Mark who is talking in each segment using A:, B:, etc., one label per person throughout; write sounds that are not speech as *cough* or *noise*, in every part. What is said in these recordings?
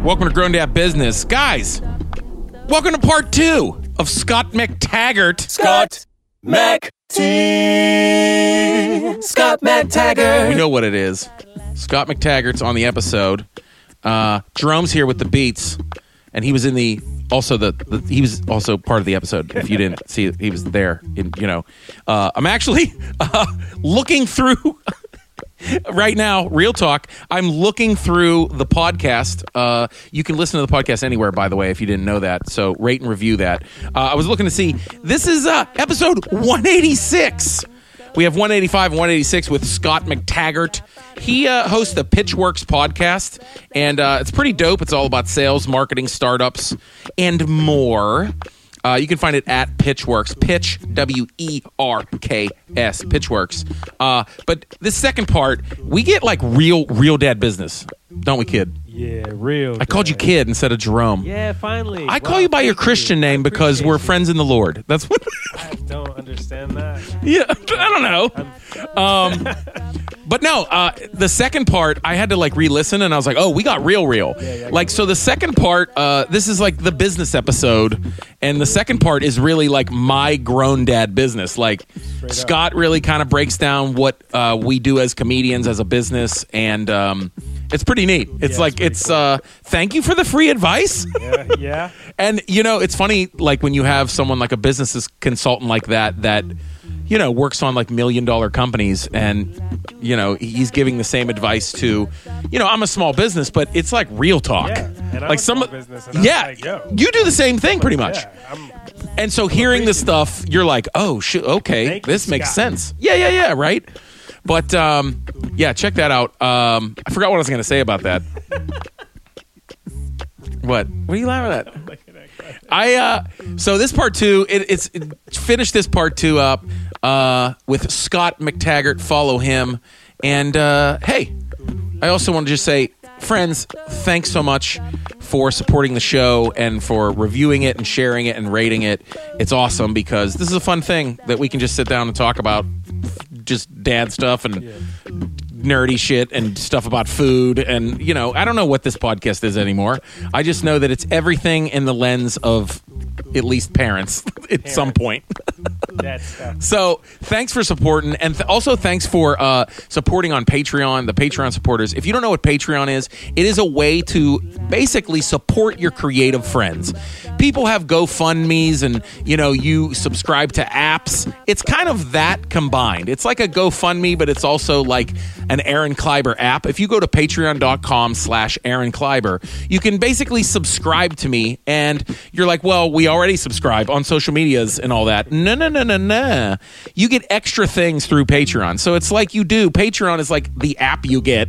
A: Welcome to Grown Dad Business. Guys, welcome to part two of Scott McTaggart.
B: Scott Mac T. Scott Mac
A: We
B: Taggart.
A: know what it is. Scott McTaggart's on the episode. Uh, Jerome's here with the beats, and he was in the also the, the he was also part of the episode. If you didn't see, it, he was there. In you know, uh, I'm actually *laughs* uh, looking through right now. Real talk. I'm looking through the podcast. Uh, you can listen to the podcast anywhere, by the way, if you didn't know that. So rate and review that. Uh, I was looking to see. This is uh, episode 186. We have 185 and 186 with Scott McTaggart. He uh, hosts the Pitchworks podcast, and uh, it's pretty dope. It's all about sales, marketing, startups, and more. Uh, you can find it at Pitchworks, Pitch W E R K S, Pitchworks. Uh, but this second part, we get like real, real dad business, don't we, kid?
C: Yeah, real.
A: I called you kid instead of Jerome.
C: Yeah, finally.
A: I call you by your Christian name because we're friends in the Lord. That's what.
C: I don't understand that.
A: Yeah, *laughs* I don't know. Um, but no, uh, the second part I had to like re-listen, and I was like, "Oh, we got real, real." like, so the second part, uh, this is like the business episode, and the second part is really like my grown dad business. Like, Scott really kind of breaks down what uh, we do as comedians, as a business, and um, it's pretty neat. It's like it's uh, thank you for the free advice.
C: Yeah, yeah. *laughs*
A: And you know, it's funny like when you have someone like a business consultant like that that you know works on like million dollar companies and you know he's giving the same advice to you know I'm a small business but it's like real talk
C: Yeah, and I'm
A: like
C: a
A: some
C: small business and I'm
A: yeah
C: like, yo.
A: you do the same thing pretty much
C: yeah. I'm,
A: and so hearing this stuff, you're like, oh, shoot, okay,
C: Thank you,
A: this makes
C: Scott.
A: sense. Yeah, yeah, yeah, right? But um, yeah, check that out. Um, I forgot what I was going to say about
C: *laughs*
A: that. what? What are you laughing at? I uh, so this part two, it, it's it, finish this part two up uh, with Scott McTaggart. Follow him, and uh, hey, I also want to just say, friends, thanks so much for supporting the show and for reviewing it and sharing it and rating it. It's awesome because this is a fun thing that we can just sit down and talk about just dad stuff and nerdy shit and stuff about food and you know i don't know what this podcast is anymore i just know that it's everything in the lens of at least parents *laughs* at some point
C: that's, uh, that's
A: so thanks for supporting, and th- also thanks for uh, supporting on Patreon. The Patreon supporters. If you don't know what Patreon is, it is a way to basically support your creative friends. People have GoFundmes, and you know you subscribe to apps. It's kind of that combined. It's like a GoFundMe, but it's also like an Aaron Kleiber app. If you go to patreon.com slash Aaron Kleiber, you can basically subscribe to me and you're like, well, we already subscribe on social medias and all that. No, no, no, no, no. You get extra things through Patreon. So it's like you do. Patreon is like the app you get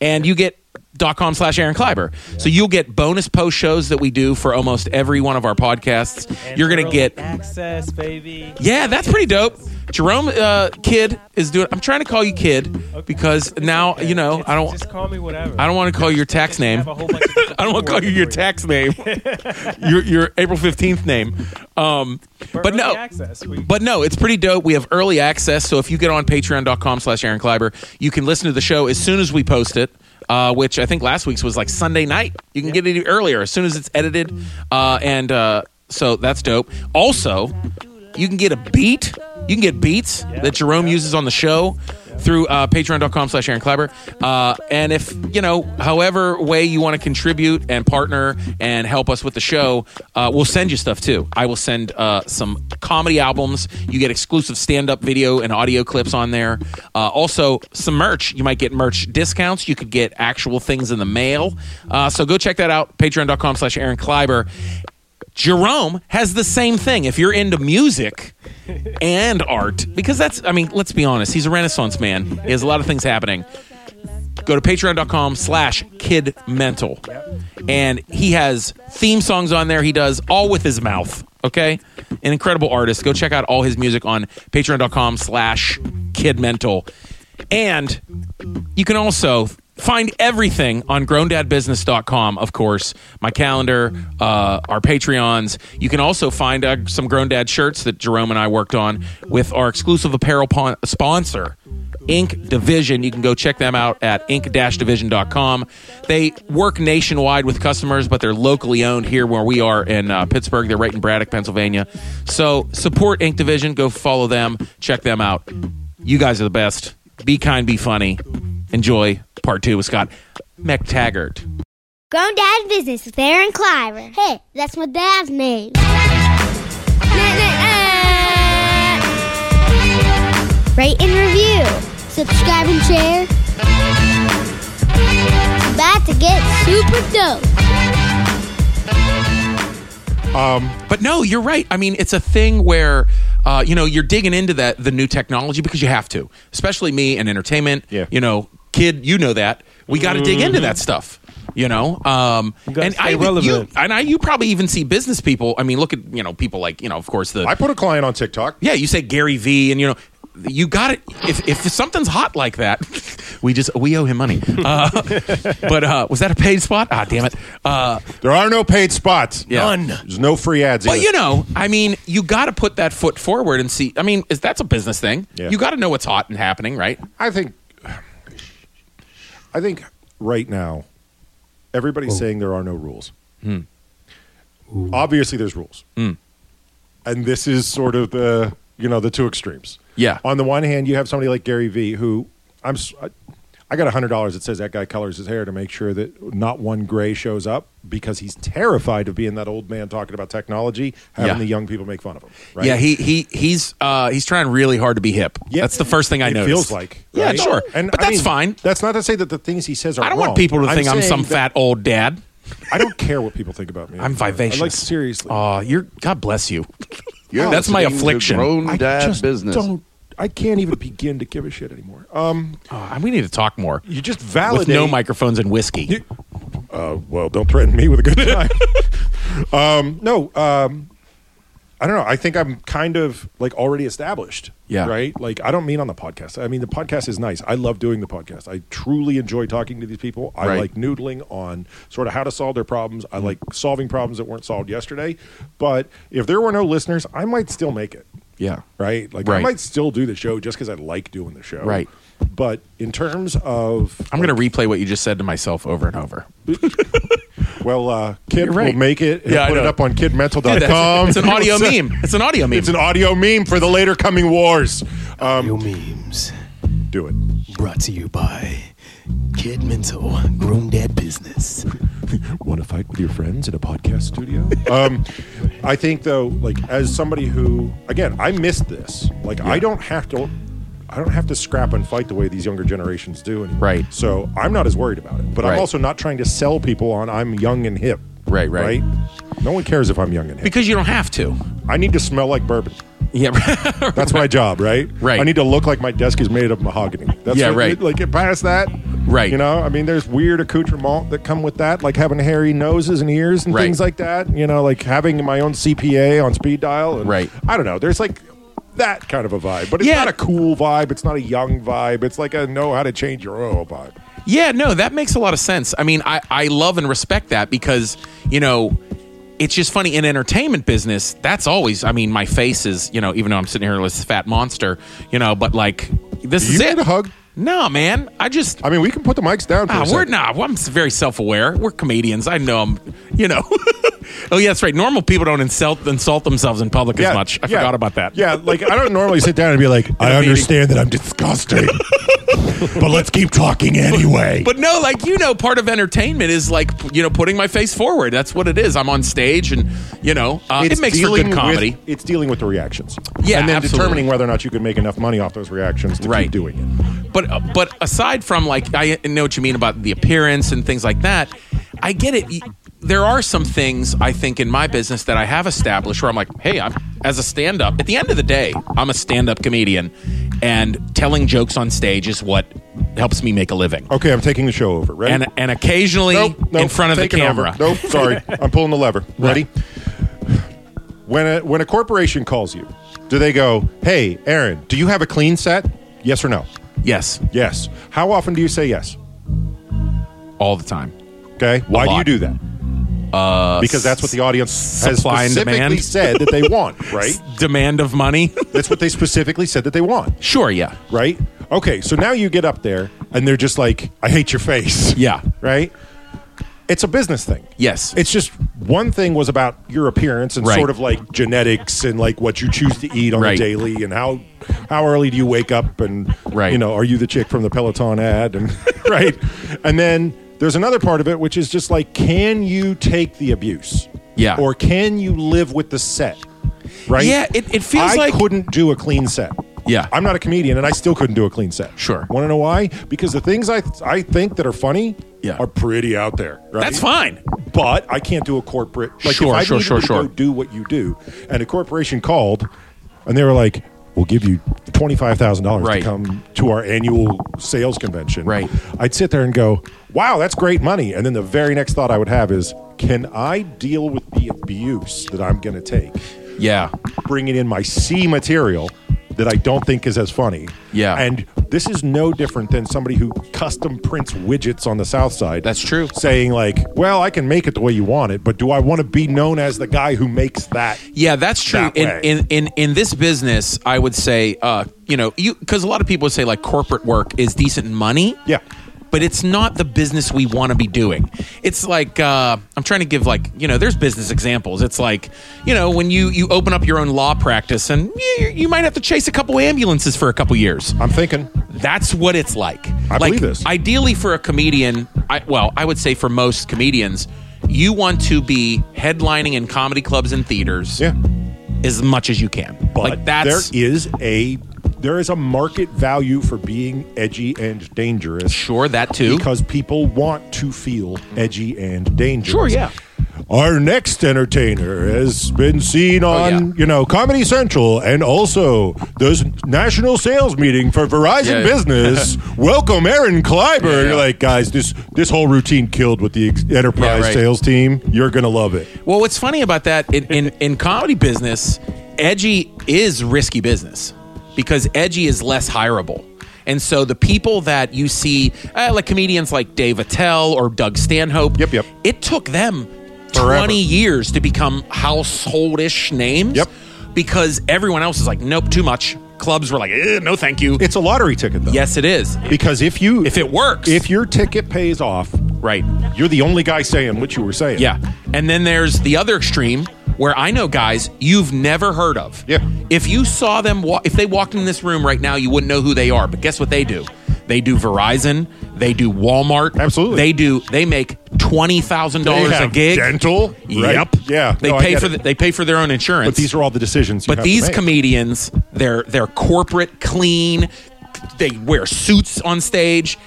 A: and you get dot com slash Aaron Kleiber. So you'll get bonus post shows that we do for almost every one of our podcasts. *laughs* you're going to
C: early
A: get
C: access, baby.
A: yeah, that's pretty dope. Jerome uh, Kid is doing. I'm trying to call you Kid because now you know
C: It's-
A: I don't.
C: Just call me whatever.
A: I don't want to call your tax
C: I
A: name.
C: have a whole
A: *laughs*
C: bunch of
A: I don't want to call you your
C: for
A: tax name. *laughs* your your April 15th name. Um,
C: For
A: but
C: early
A: no.
C: access. We,
A: But no, it's pretty dope. We have early access, so if you get on patreon.com slash Aaron Kleiber, you can listen to the show as soon as we post it, uh, which I think last week's was like Sunday night. You can get it earlier as soon as it's edited. Uh, and uh, so that's dope. Also, you can get a beat. You can get beats that Jerome uses on the show through uh, patreon.com slash Aaron Kleiber. Uh, and if, you know, however way you want to contribute and partner and help us with the show, uh, we'll send you stuff too. I will send uh, some comedy albums. You get exclusive stand up video and audio clips on there. Uh, also, some merch. You might get merch discounts. You could get actual things in the mail. Uh, so go check that out. Patreon.com slash Aaron Kleiber. Jerome has the same thing. If you're into music and art, because that's, I mean, let's be honest, he's a renaissance man. He has a lot of things happening. Go to patreon.com slash kid mental. And he has theme songs on there. He does all with his mouth. Okay. An incredible artist. Go check out all his music on patreon.com slash kid mental. And you can also find everything on growndadbusiness.com, of course. My calendar, uh, our Patreons. You can also find uh, some Grown Dad shirts that Jerome and I worked on with our exclusive apparel pon- sponsor, Inc. Division. You can go check them out at inc-division.com. They work nationwide with customers, but they're locally owned here where we are in uh, Pittsburgh. They're right in Braddock, Pennsylvania. So support Inc. Division. Go follow them. Check them out. You guys are the best. Be kind, be funny. Enjoy part two with Scott McTaggart.
D: Grown Dad Business with Aaron Cliver. Hey, that's my dad's name. Rate and review. Subscribe and share. About to get super dope.
A: But no, you're right. I mean, it's a thing where uh, you know you're digging into that the new technology because you have to, especially me and entertainment.
E: Yeah.
A: You know, kid, you know that we got to dig into that stuff. You know, um,
C: Mm-hmm. gotta
A: and
C: stay
A: I you,
C: relevant.
A: and I you probably even see business people. I mean, look at you know people like you know of course the
E: I put a client on TikTok.
A: yeah you say Gary V and you know you got it if if something's hot like that. *laughs* We just we owe him money, uh, *laughs* but uh, was that a paid spot? Ah, damn it! Uh,
E: There are no paid spots.
A: Yeah. None.
E: There's no free ads.
A: But
E: either.
A: you know, I mean, you got to put that foot forward and see. I mean, is that's a business thing?
E: Yeah.
A: You got to know what's hot and happening, right?
E: I think, I think right now, everybody's saying there are no rules.
A: Hmm.
E: Obviously, there's rules, and this is sort of the you know the two extremes.
A: Yeah.
E: On the one hand, you have somebody like Gary Vee who I'm. s- I- I got hundred dollars that says that guy colors his hair to make sure that not one gray shows up because he's terrified of being that old man talking about technology, having
A: Yeah.
E: the young people make fun of him. Right?
A: Yeah, he he he's uh, he's trying really hard to be hip.
E: Yeah.
A: that's the first thing I
E: it
A: noticed.
E: Feels like
A: yeah,
E: right?
A: sure, but
E: I
A: that's
E: mean,
A: fine.
E: That's not to say that the things he says are.
A: I don't
E: wrong.
A: want people to think I'm
E: saying
A: some
E: that-
A: fat old dad.
E: I don't care what people think about me.
A: I'm vivacious.
E: I like seriously.
A: Oh, you're God bless you.
F: You're
A: That's my
F: listening to
A: affliction.
F: Grown
E: I
F: dad
E: just
F: business.
E: Don't. I can't even begin to give a shit anymore. Um,
A: Oh, we need to talk more
E: you just
A: with
E: validate.
A: no microphones and whiskey.
E: You- Uh, well, don't threaten me with
A: *laughs*
E: a good time. *laughs* um, no, um, I don't know. I think I'm kind of like already established.
A: Yeah.
E: Right. Like I don't mean on the podcast. I mean the podcast is nice. I love doing the podcast. I truly enjoy talking to these people. I
A: Right. Mm.
E: like noodling on sort of how to solve their problems. I like solving problems that weren't solved yesterday. But if there were no listeners, I might still make it.
A: yeah,
E: Right. Like I
A: Right.
E: might still do the show just because I like doing the show.
A: Right.
E: But in terms of
A: I'm gonna replay what you just said to myself over and over.
E: Well, uh, Kid
A: You're right.
E: will make it. He'll
A: Yeah, I
E: put it
A: know.
E: up on
A: Yeah, Oh, that's-
E: kidmental.com. *laughs*
A: it's an audio
E: It's a-
A: meme. It's an audio meme.
E: It's an audio meme for the later coming wars. Um,
G: Your memes
E: do *laughs* it.
G: brought to you by Kid Mental Grown Dad Business.
E: Want to fight with your friends in a podcast studio? *laughs* um, I think though, like as somebody who, again, I missed this. Like I don't have to, I don't have to scrap and fight the way these younger generations do anymore.
A: Right.
E: So I'm not as worried about it. But
A: Right.
E: I'm also not trying to sell people on I'm young and hip.
A: Right, right.
E: No one cares if I'm young and hip.
A: because you don't have to.
E: I need to smell like bourbon.
A: Yeah.
E: That's my job, right?
A: Right.
E: I need to look like my desk is made of mahogany. That's
A: Yeah,
E: what-
A: right.
E: Like get past that.
A: Right.
E: You know, I mean, there's weird accoutrements that come with that, like having hairy noses and ears and
A: Right.
E: things like that. You know, like having my own CPA on speed dial. And
A: Right.
E: I don't know. There's like that kind of a vibe, but it's
A: Yeah.
E: not a cool vibe. It's not a young vibe. It's like a know how to change your oil vibe.
A: *laughs* Yeah, no, that makes a lot of sense. I mean, I, I love and respect that because, you know, it's just funny in entertainment business, that's always I mean, my face is, you know, even though I'm sitting here like this fat monster, you know, but like this
E: You
A: is
E: need
A: it.
E: a hug.
A: No, man. I just
E: I mean, we can put the mics down. For a
A: Ah, we're
E: second.
A: not. I'm very self-aware. We're comedians. I know I'm. You know. *laughs* oh yeah, that's right. Normal people don't insult insult themselves in public as much. I
E: yeah.
A: forgot about that.
E: Yeah, like I don't normally sit down and
A: *laughs*
E: be
A: a
E: like, I
A: meeting.
E: understand that
A: *laughs*
E: I'm disgusting, but let's keep talking anyway.
A: But no, like you know, part of entertainment is like p- you know putting my face forward. That's what it is. I'm on stage, and you know, uh, it makes for
E: dealing
A: good comedy.
E: With, it's dealing with the reactions.
A: Yeah,
E: and then
A: absolutely.
E: determining whether or not you could make enough money off those reactions to
A: Right.
E: keep doing it.
A: but uh, but aside from like I know what you mean about the appearance and things like that, I get it. Y- There are some things I think in my business that I have established where I'm like, hey, I'm as a stand up. At the end of the day, I'm a stand up comedian, and telling jokes on stage is what helps me make a living.
E: Okay, I'm taking the show over. Ready?
A: And and occasionally
E: nope, nope,
A: in front of the
E: taking over.
A: camera.
E: Nope,
A: *laughs*
E: sorry, I'm pulling the lever. Ready? When a, when a corporation calls you, do they go, "Hey, Aaron, do you have a clean set?" Yes or no?
A: Yes,
E: Yes. How often do you say yes?
A: all the time.
E: Okay. Why do
A: lot.
E: you do that? Uh, because that's what the audience has
A: supply and
E: specifically
A: demand.
E: said
A: *laughs*
E: that they want, right?
A: Demand of money. *laughs*
E: that's what they specifically said that they want,
A: sure, yeah.
E: right? Okay, so now you get up there and they're just like, I hate your face.
A: Yeah.
E: Right? It's a business thing.
A: Yes.
E: It's just one thing was about your appearance and
A: Right.
E: sort of like genetics and like what you choose to eat on
A: Right.
E: the daily and how how early do you wake up and
A: Right.
E: you know are you the chick from the Peloton
A: *laughs*
E: ad and right and then there's another part of it which is just like can you take the abuse
A: Yeah.
E: or can you live with the set right
A: Yeah, it- it feels
E: I
A: like-
E: couldn't do a clean set
A: Yeah.
E: I'm not a comedian and I still couldn't do a clean set
A: Sure.
E: want to know why because the things I I think that are funny
A: Yeah.
E: are pretty out there right
A: That's fine.
E: but I can't do a corporate. Like
A: Sure,
E: if I
A: sure,
E: needed
A: sure,
E: to
A: sure.
E: Go do what you do, and a corporation called, and they were like, "We'll give you twenty five thousand dollars
A: Right.
E: to come to our annual sales convention."
A: Right.
E: I'd sit there and go, "Wow, that's great money," and then the very next thought I would have is, "Can I deal with the abuse that I'm going to take?"
A: Yeah.
E: bringing in my C material that I don't think is as funny.
A: Yeah.
E: And this is no different than somebody who custom prints widgets on the South Side.
A: That's true.
E: Saying, like, well, I can make it the way you want it, but do I want to be known as the guy who makes that?
A: Yeah, that's true.
E: that
A: in,
E: way.
A: in in in this business, I would say, uh, you know, you because a lot of people say like corporate work is decent money.
E: Yeah.
A: But it's not the business we want to be doing. It's like uh, I'm trying to give like you know, there's business examples. It's like you know when you you open up your own law practice and you, you might have to chase a couple ambulances for a couple years.
E: I'm thinking,
A: That's what it's like.
E: I
A: like,
E: believe this.
A: Ideally, for a comedian, I, well, I would say for most comedians, you want to be headlining in comedy clubs and theaters
E: yeah.
A: as much as you can.
E: But
A: like that's
E: there is a there is a market value for being edgy and dangerous.
A: sure that too.
E: Because people want to feel edgy and dangerous.
A: Sure, yeah.
E: Our next entertainer has been seen on,
A: Oh, yeah.
E: you know, Comedy Central and also the national sales meeting for Verizon
A: Yeah. *laughs*
E: Business. Welcome, Aaron Kleiber.
A: Yeah,
E: You're
A: yeah.
E: like, guys, this this whole routine killed with the ex-
A: Yeah,
E: enterprise
A: right.
E: sales team. You're gonna love it.
A: Well, what's funny about that in, in in comedy business, edgy is risky business because edgy is less hireable. And so the people that you see, uh, like comedians like Dave Attell or Doug Stanhope,
E: Yep, yep.
A: it took them
E: Forever.
A: 20 years to become householdish names
E: Yep.
A: because everyone else is like, nope, too much. Clubs were like, "Eh, no, thank you.
E: It's a lottery ticket, though.
A: yes, it is.
E: Because if you
A: If it works.
E: if your ticket pays off,
A: right.
E: you're the only guy saying what you were saying.
A: Yeah. And then there's the other extreme where I know guys you've never heard of.
E: Yeah.
A: If you saw them, wa- if they walked in this room right now, you wouldn't know who they are. But guess what they do? They do Verizon. They do Walmart.
E: Absolutely.
A: They do. They make twenty thousand
E: They
A: dollars a
E: have
A: gig.
E: dental. right?
A: Yep.
E: Yeah.
A: They
E: No, I
A: pay
E: get
A: for
E: it.
A: the, they pay for their own insurance.
E: But these are all the decisions. You
A: But
E: have to
A: these
E: make.
A: comedians, they're they're corporate, clean. They wear suits on stage,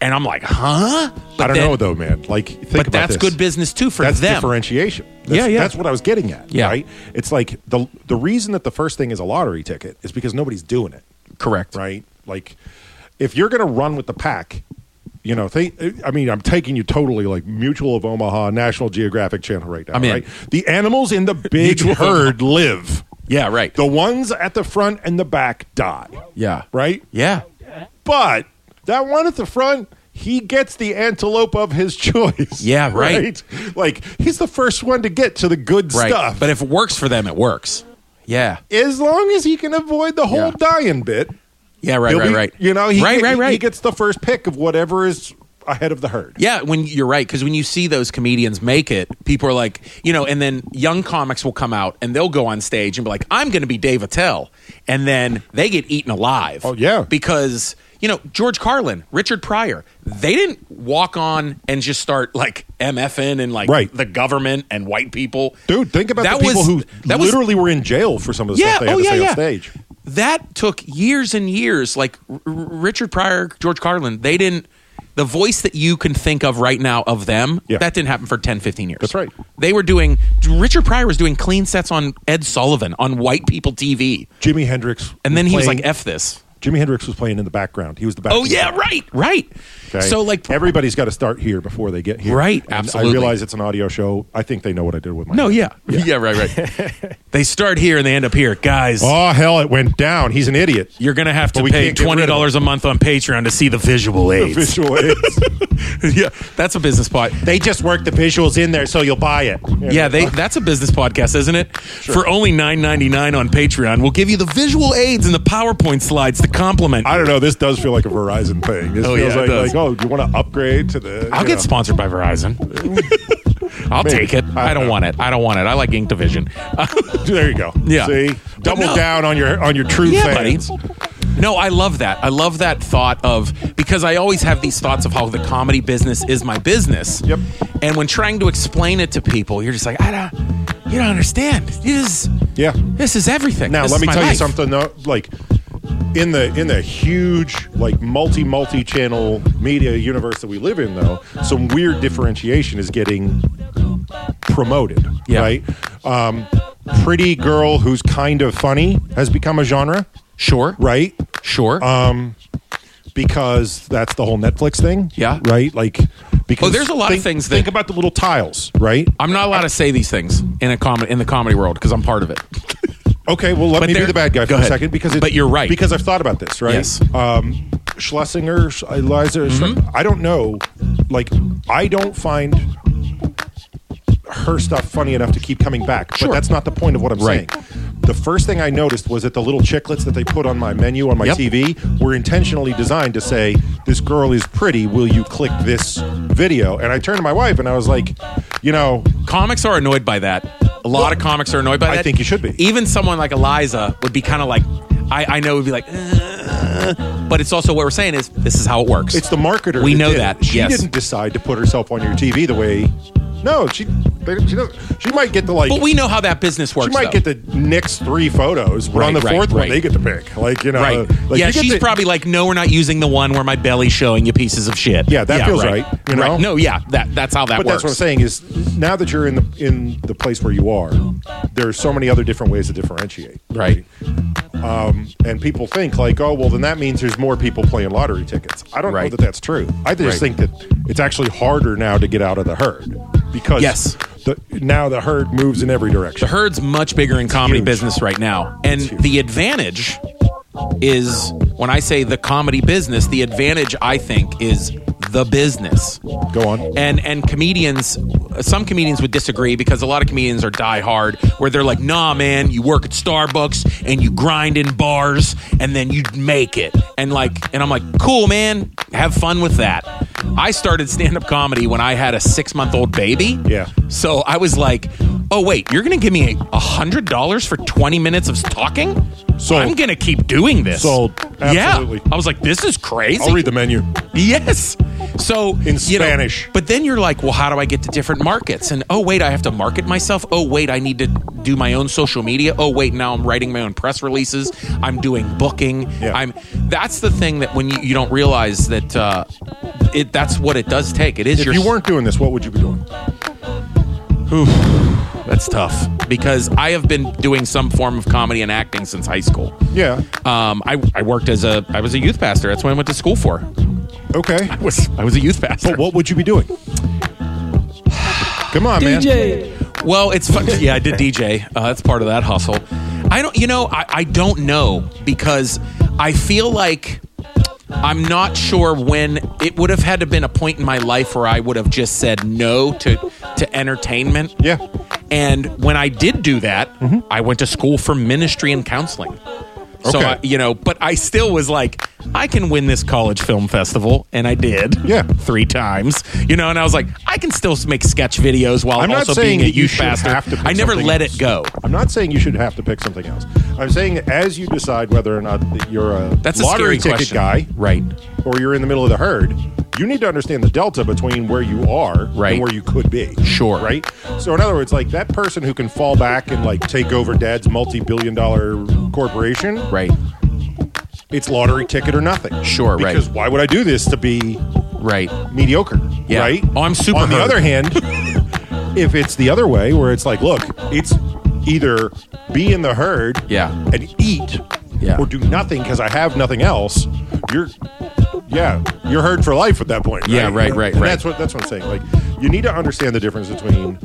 A: and I'm like, huh? But
E: I don't
A: then-
E: know though, man. Like, think
A: But
E: about
A: that's
E: this.
A: good business too for
E: that's
A: them.
E: differentiation. That's,
A: Yeah, yeah.
E: That's what I was getting at.
A: Yeah.
E: Right. It's like the the reason that the first thing is a lottery ticket is because nobody's doing it.
A: Correct.
E: Right. Like, if you're gonna run with the pack, you know, they, I mean, I'm taking you totally like Mutual of Omaha, National Geographic Channel right now.
A: I'm in.
E: right. The animals
A: *laughs*
E: in the big
A: Mutual of
E: herd live.
A: Yeah. Right.
E: The ones at the front and the back die.
A: yeah.
E: Right.
A: Yeah.
E: But that one at the front, he gets the antelope of his *laughs* choice.
A: Yeah, right.
E: right? Like he's the first one to get to the good
A: Right.
E: stuff.
A: But if it works for them, it works. Yeah.
E: as long as he can avoid the whole
A: Yeah.
E: dying bit,
A: Yeah. Right.
E: he'll
A: Right.
E: be-
A: right.
E: You know, he,
A: right.
E: he-
A: Right. Right.
E: he gets the first pick of whatever is ahead of the herd.
A: yeah. When you're right, because when you see those comedians make it, people are like, you know, and then young comics will come out and they'll go on stage and be like, "I'm going to be Dave Attell," and then they get eaten alive.
E: Oh, yeah.
A: Because you know George Carlin, Richard Pryor, they didn't walk on and just start like MFN and like
E: Right.
A: the government and white people.
E: Dude, think about
A: That
E: the people
A: was-
E: who
A: that was-
E: literally were in jail for some of the stuff they had to say on stage.
A: oh, That took years and years. Like R- R- Richard Pryor, George Carlin, they didn't. The voice that you can think of right now of them,
E: Yeah.
A: that didn't happen for 10, 15 years.
E: That's right.
A: They were doing, Richard Pryor was doing clean sets on Ed Sullivan on white people TV.
E: Jimi Hendrix,
A: And then he was
E: playing-
A: like, F this.
E: Jimi Hendrix was playing in the background. He was the back.
A: Oh, yeah, right, right.
E: Okay.
A: So, like,
E: everybody's got to start here before they get here.
A: Right,
E: And
A: absolutely.
E: I realize it's an audio show. I think they know what I did with my.
A: no,
E: hand.
A: yeah. *laughs* Yeah, right, right. they start here and they end up here. Guys,
E: *laughs* Oh hell, it went down. He's an idiot. *laughs*
A: you're going to have
E: But
A: to
E: we
A: pay
E: can't get rid of
A: $20 a month on Patreon to see the visual aids.
E: visual
A: *laughs*
E: aids.
A: yeah, that's a business pod.
E: they just work the visuals in there so you'll buy it.
A: Yeah, they, that's a business podcast, isn't it? For only nine ninety nine on Patreon, we'll give you the visual aids and the PowerPoint slides to to compliment.
E: I don't know. This does feel like a Verizon thing. This
A: Oh, yeah,
E: feels
A: it
E: like,
A: does.
E: like, oh, you want to upgrade to the?
A: I'll
E: you
A: get
E: know.
A: sponsored by
E: *laughs*
A: Verizon. I'll
E: Maybe.
A: take it. I don't
E: know.
A: want it. I don't want it. I like Inktovision.
E: *laughs* There you go.
A: Yeah.
E: See,
A: But
E: double
A: no.
E: down on your on your true
A: yeah,
E: fans.
A: buddy. No, I love that. I love that thought of because I always have these thoughts of how the comedy business is my business.
E: Yep.
A: And when trying to explain it to people, you're just like, I don't, you don't understand. This is,
E: Yeah.
A: this is everything.
E: Now
A: This
E: let
A: is
E: me
A: my
E: tell you
A: life.
E: something though. Like in the in the huge like multi multi channel media universe that we live in though, some weird differentiation is getting promoted.
A: Yeah.
E: Right. Um, pretty girl who's kind of funny has become a genre.
A: Sure.
E: Right. Uh,
A: Sure.
E: Because that's the whole Netflix thing.
A: Yeah.
E: Right. Like. Because
A: Oh, there's a lot of
E: think-
A: things that-
E: think about the little tiles, right?
A: I'm not allowed to say these things in a com- in the comedy world because I'm part of it.
E: Okay, well, let
A: But
E: me be
A: there-
E: the bad guy for
A: go
E: a
A: ahead.
E: second because it,
A: But you're right.
E: because I've thought about this, right?
A: Yes. Mm-hmm.
E: Um, Schlesinger, Sch- Eliza, Schle- I don't know. Like, I don't find her stuff funny enough to keep coming back.
A: Sure.
E: But that's not the point of what I'm
A: Right.
E: saying. The first thing I noticed was that the little chiclets that they put on my menu on my
A: Yep.
E: TV were intentionally designed to say, "This girl is pretty. Will you click this video?" And I turned to my wife and I was like, "You know,
A: Comics are annoyed by that. A lot of comics are annoyed by
E: I
A: that.
E: think you should be.
A: Even someone like Eliza would be kind of like, I, I know would be like, "Ugh." but it's also what we're saying is this is how it works.
E: It's the marketer.
A: We know
E: did it.
A: that,
E: She
A: yes.
E: didn't decide to put herself on your TV the way. No, she. They, she doesn't. She might get the like.
A: but we know how that business works.
E: she might
A: though.
E: get the next three photos, but
A: Right,
E: on the
A: right,
E: fourth one
A: right.
E: they get to pick. Like you know,
A: right.
E: uh, like
A: yeah,
E: you get
A: she's
E: the-
A: probably like, no, we're not using the one where my belly's showing you pieces of shit.
E: Yeah, that feels right, you know?
A: No, yeah, that that's how that
E: But
A: works.
E: that's what I'm saying is now that you're in the in the place where you are, there's so many other different ways to differentiate.
A: Right.
E: And people think like, oh, well, then that means there's more people playing lottery tickets. I don't
A: Right.
E: know that that's true. I just
A: Right.
E: think that it's actually harder now to get out of the herd because
A: Yes.
E: the, now the herd moves in every
A: The
E: direction.
A: herd's much bigger in comedy
E: huge.
A: business right now. And
E: huge.
A: the advantage is when I say the comedy business, the advantage I think is the business.
E: Go on.
A: And and comedians some comedians would disagree because a lot of comedians are die hard where they're like, "Nah, man, you work at Starbucks and you grind in bars and then you make it." And like and I'm like, "Cool, man. Have fun with that." I started stand-up comedy when I had a 6-month-old baby.
E: Yeah.
A: So I was like, "Oh wait, you're gonna give me a hundred dollars for twenty minutes of talking?
E: Sold.
A: I'm gonna keep doing this."
E: Sold. Absolutely.
A: Yeah. I was like, "This is crazy."
E: I'll read the menu.
A: Yes. So
E: In
A: you know,
E: Spanish.
A: but then you're like, well, how do I get to different markets? And oh wait, I have to market myself. Oh wait, I need to do my own social media. Oh wait, now I'm writing my own press releases. I'm doing booking.
E: Yeah.
A: I'm. That's the thing that when you, you don't realize that uh, it that's what it does take. It is
E: If
A: your
E: you weren't doing this, what would you be doing?
A: That's tough because I have been doing some form of comedy and acting since high school.
E: Yeah.
A: Um, I, I worked as a I was a youth pastor. That's what I went to school for.
E: Okay.
A: Was I was a youth pastor.
E: But what would you be doing? Come on, man.
B: DJ.
A: Well, it's fun. yeah, I did DJ. Uh, that's part of that hustle. I don't, you know, I, I don't know because I feel like I'm not sure when it would have had to been a point in my life where I would have just said no to to entertainment.
E: Yeah.
A: And when I did do that,
E: Mm-hmm.
A: I went to school for ministry and counseling. So,
E: Okay.
A: I, you know, but I still was like, I can win this college film festival. And I did.
E: Yeah.
A: Three times. You know, and I was like, I can still make sketch videos while
E: I'm not
A: also
E: saying
A: being a
E: that you
A: youth
E: should
A: pastor.
E: have to. Pick
A: I never
E: something
A: let
E: else.
A: it go.
E: I'm not saying you should have to pick something else. I'm saying that as you decide whether or not that you're a
A: That's a
E: lottery
A: scary
E: ticket
A: question.
E: guy,
A: Right.
E: or you're in the middle of the herd, you need to understand the delta between where you are
A: Right.
E: and where you could be.
A: Sure.
E: Right? So, in other words, like that person who can fall back and like take over dad's multi billion dollar corporation,
A: Right.
E: it's lottery ticket or nothing.
A: Sure, right.
E: Because why would I do this to be
A: Right.
E: mediocre?
A: Yeah.
E: Right?
A: Oh, I'm super
E: On the
A: hurt. *laughs*
E: other hand, if it's the other way where it's like, look, it's either be in the herd
A: Yeah.
E: and eat
A: Yeah.
E: or do nothing because I have nothing else, you're yeah, you're herd for life at that point. Right?
A: Yeah, right, right,
E: And
A: right.
E: That's what that's what I'm saying. Like you need to understand the difference between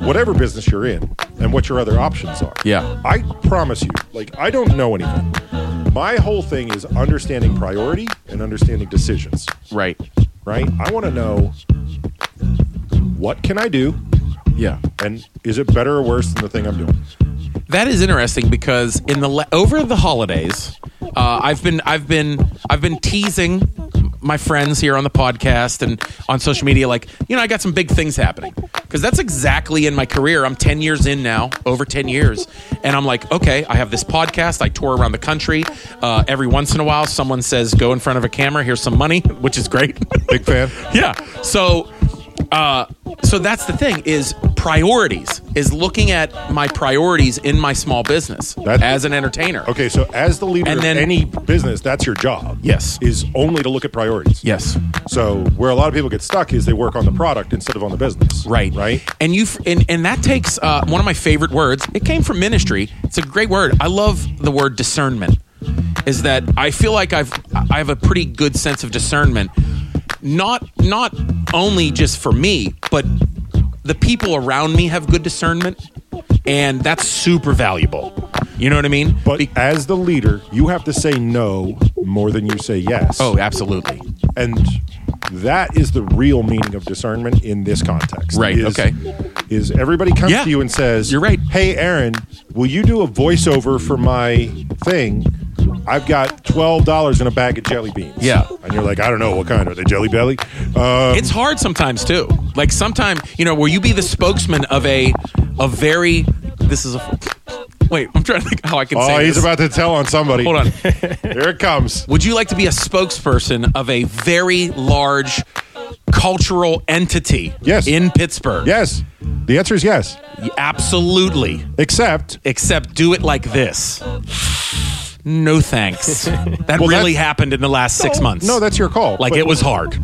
E: whatever business you're in and what your other options are.
A: Yeah.
E: I promise you, like I don't know anything. My whole thing is understanding priority and understanding decisions,
A: Right.
E: right? I want to know what can I do
A: Yeah.
E: and is it better or worse than the thing I'm doing?
A: That is interesting because in the le- over the holidays, Uh, I've been I've been I've been teasing my friends here on the podcast and on social media like you know I got some big things happening because that's exactly in my career I'm 10 years in now over 10 years and I'm like okay I have this podcast I tour around the country uh, every once in a while someone says go in front of a camera here's some money *laughs* which is great
E: Big fan.
A: yeah so uh, so that's the thing is priorities is looking at my priorities in my small business
E: That's-
A: as an entertainer
E: Okay, so as the leader
A: And then-
E: of any business, that's your job.
A: Yes.
E: Is only to look at priorities.
A: yes
E: So where a lot of people get stuck is they work on the product instead of on the business.
A: right
E: Right?
A: and you f- and, and that takes uh, one of my favorite words it came from ministry it's a great word i love the word discernment is that i feel like i've i have a pretty good sense of discernment not not only just for me but the people around me have good discernment and that's super valuable you know what i mean
E: But
A: Be-
E: as the leader, you have to say no more than you say yes.
A: oh absolutely
E: and that is the real meaning of discernment in this context.
A: Right,
E: Is,
A: okay.
E: Is everybody comes
A: Yeah,
E: to you and says,
A: you're right.
E: Hey, Aaron, will you do a voiceover for my thing? I've got twelve dollars in a bag of jelly beans."
A: Yeah.
E: and you're like, "I don't know what kind are they, jelly belly?" Um,
A: it's hard sometimes too. Like sometimes, you know, where you be the spokesman of a a very this is a wait. I'm trying to think how I can
E: oh,
A: say
E: he's
A: this.
E: about to tell on somebody.
A: Hold
E: *laughs*
A: on.
E: here it comes.
A: Would you like to be a spokesperson of a very large cultural entity?
E: Yes.
A: In Pittsburgh.
E: Yes, the answer is yes.
A: Absolutely.
E: Except,
A: Except do it like this. No
E: *laughs*
A: thanks. That
E: Well,
A: really
E: that's-
A: happened in the last six months.
E: no, that's your call.
A: like
E: But-
A: it was hard.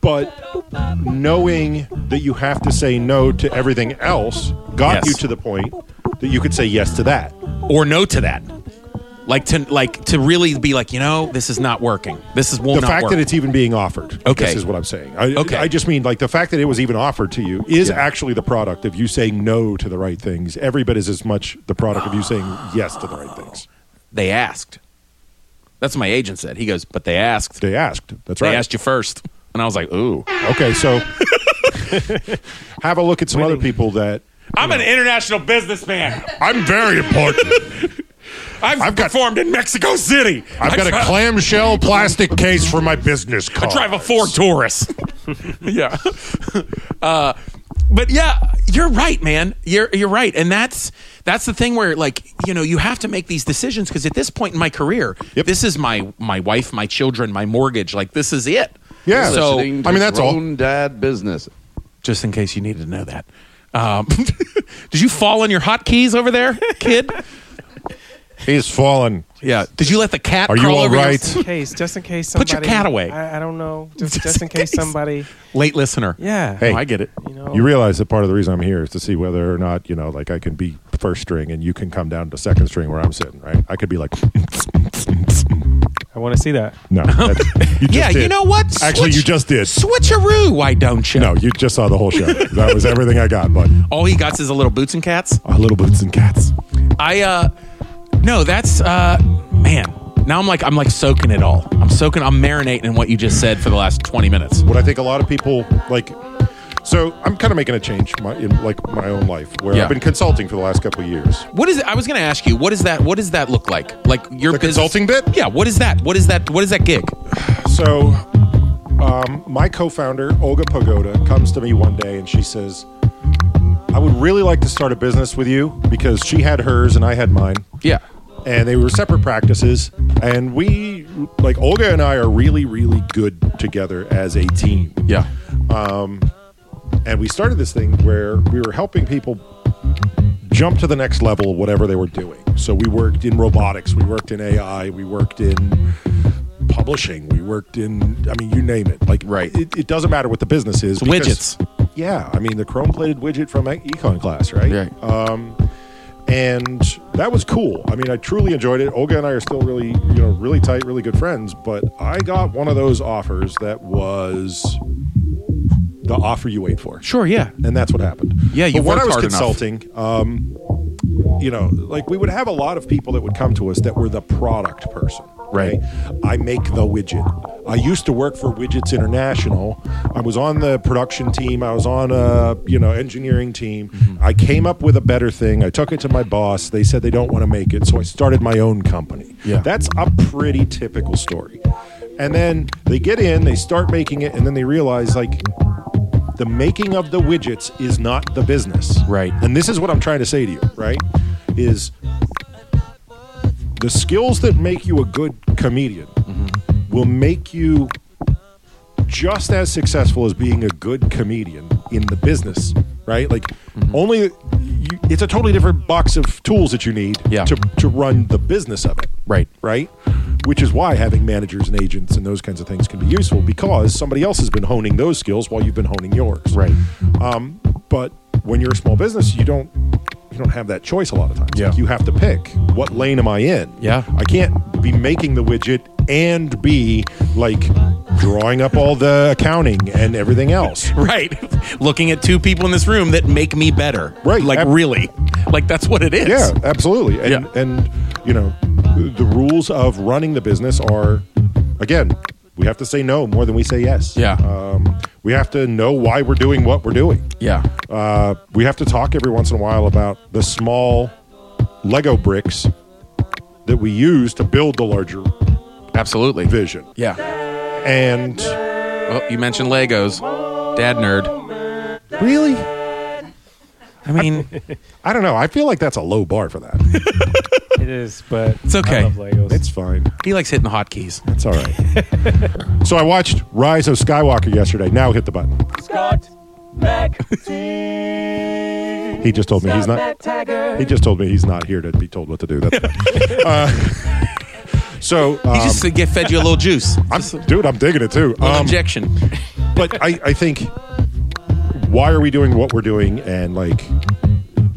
E: but knowing that you have to say no to everything else got
A: Yes.
E: you to the point that you could say yes to that.
A: or no to that. Like to like to really be like, you know, this is not working. This is will
E: The
A: not
E: fact
A: work.
E: that it's even being offered, I
A: Okay.
E: guess, is what I'm saying. I,
A: Okay.
E: I just mean like the fact that it was even offered to you is actually the product of you saying no to the right things. Every bit is as much the product of you saying yes to the right things.
A: they asked. That's what my agent said. He goes, but they asked.
E: They asked. That's
A: They
E: right.
A: asked you first, and I was like, ooh.
E: Okay, so *laughs* have a look at some other people that
A: I'm an international businessman.
E: I'm very important.
A: I've,
E: I've got-
A: performed in Mexico City.
E: I've got a clamshell plastic case for my business card.
A: drive a Ford Taurus. Oh. *laughs* yeah. Uh, but yeah, you're right, man. You're you're right, and that's that's the thing where like you know you have to make these decisions because at this point in my career,
E: Yep.
A: this is my my wife, my children, my mortgage. Like this is it.
E: Yeah.
A: So
E: I mean, that's all.
F: Grown Dad business.
A: just in case you needed to know that. Um, *laughs* did you fall on your hotkeys over there,
E: *laughs*
A: kid?
E: He's fallen.
A: yeah. Did you let the cat?
E: Are you
A: crawl
E: all
A: over your-
E: right?
C: In case, just in case
A: Put
C: somebody.
A: your cat away.
C: I, I
A: *laughs*
C: don't know. Just,
A: Just
C: just,
A: in
C: in case,
A: case.
C: somebody.
A: Late listener.
C: Yeah.
E: Hey.
A: Oh, I get it.
C: You know.
E: You realize that part of the reason I'm here is to see whether or not, you know, like I can be first string and you can come down to second string where I'm sitting, right? I could be like, *laughs*
C: I want to see that.
E: no. that's- You
A: *laughs*
E: just
A: yeah. You
E: did.
A: know what?
E: Actually, you
A: Switch-
E: just did.
A: switcheroo. Why don't you?
E: No, you just saw the whole show. That was everything I got, but
A: All he got is a little boots and cats.
E: uh, little boots and cats.
A: I uh no, that's uh man. Now I'm like I'm like soaking it all. I'm soaking I'm marinating in what you just said for the last 20 minutes.
E: What I think a lot of people like. So I'm kind of making a change my, in like my own life where
A: Yeah.
E: I've been consulting for the last couple of years.
A: What is it? I was going to ask you, what is that what does that look like? Like your
E: The
A: business-
E: consulting bit?
A: Yeah, what is that? What is that what is that gig?
E: So, um, my co-founder Olga Pagoda comes to me one day and she says, "I would really like to start a business with you because she had hers and I had mine,
A: Yeah.
E: and they were separate practices. And we, like Olga and I, are really, really good together as a team.
A: Yeah.
E: And we started this thing where we were helping people." Jump to the next level, whatever they were doing. So, we worked in robotics, we worked in AI, we worked in publishing. We worked in, I mean, you name it. Like,
A: Right.
E: It, it doesn't matter what the business is. because-
A: Widgets.
E: Yeah, I mean the chrome plated widget from e- econ class, right?
A: Right.
E: Um, and that was cool. I mean, I truly enjoyed it. Olga and I are still really, you know, really tight, really good friends. But I got one of those offers that was the offer you wait for
A: Sure, yeah.
E: and that's what happened.
A: Yeah, you
E: But when
A: worked
E: I was
A: hard enough.
E: consulting, um, you know, like we would have a lot of people that would come to us that were the product person.
A: Right.
E: I make the widget. I used to work for Widgets International. I was on the production team. I was on a you know engineering team.
A: Mm-hmm.
E: I came up with a better thing. I took it to my boss. They said they don't want to make it, so I started my own company.
F: Yeah.
E: that's a pretty typical story. And then they get in, they start making it, and then they realize like the making of the widgets is not the business.
A: Right.
E: And this is what I'm trying to say to you, right? Is the skills that make you a good comedian
A: Mm-hmm.
E: will make you just as successful as being a good comedian in the business, right? Like
A: Mm-hmm.
E: only you, it's a totally different box of tools that you need
A: Yeah.
E: to to run the business of it
A: Right.
E: right? Which is why having managers and agents and those kinds of things can be useful because somebody else has been honing those skills while you've been honing yours. Um,
A: Right.
E: But when you're a small business, you don't you don't have that choice a lot of times.
F: Yeah.
E: Like you have to pick what lane am I in?
A: Yeah.
E: I can't be making the widget and be like drawing up all the accounting and everything else.
A: Right. *laughs* Looking at two people in this room that make me better.
E: Right.
A: Like
E: Ab-
A: really. Like that's what it is.
E: Yeah, absolutely. And
A: Yeah.
E: and you know, the rules of running the business are again, we have to say no more than we say yes.
A: Yeah.
E: Um, we have to know why we're doing what we're doing.
A: Yeah.
E: Uh, we have to talk every once in a while about the small Lego bricks that we use to build the larger
A: Absolutely.
E: vision.
A: Yeah.
E: And
A: Oh, you mentioned Legos. Dad nerd.
E: really,
A: I mean,
E: I don't know. I feel like that's a low bar for that.
C: It is, but
A: It's okay.
C: I love Legos.
E: it's fine.
A: he likes hitting hotkeys.
E: It's all right. *laughs* so I watched Rise of Skywalker yesterday. Now hit the button.
B: Scott Mac
E: He just told me he's not. He just told me he's not here to be told what to do. That's fine. Uh, *laughs* so, um,
A: He just said, get fed you a little juice.
E: I'm, dude, I'm digging it too.
A: Little
E: Um,
A: injection.
E: but I, I think why are we doing what we're doing and like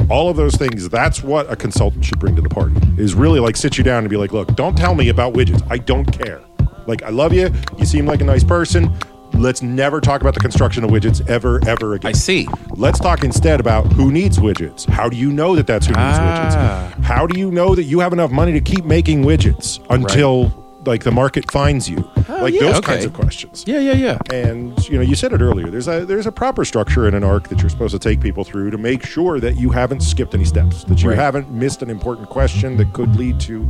E: all of those things that's what a consultant should bring to the party is really like sit you down and be like look don't tell me about widgets i don't care like i love you you seem like a nice person let's never talk about the construction of widgets ever ever again
A: I see.
E: let's talk instead about who needs widgets how do you know that that's who needs
A: Ah.
E: widgets how do you know that you have enough money to keep making widgets until like the market finds you like
A: Oh, yeah,
E: those
A: okay.
E: kinds of questions
A: Yeah, yeah, yeah.
E: and you know, you said it earlier. There's a there's a proper structure in an arc that you're supposed to take people through to make sure that you haven't skipped any steps, that you
A: Right.
E: haven't missed an important question that could lead to,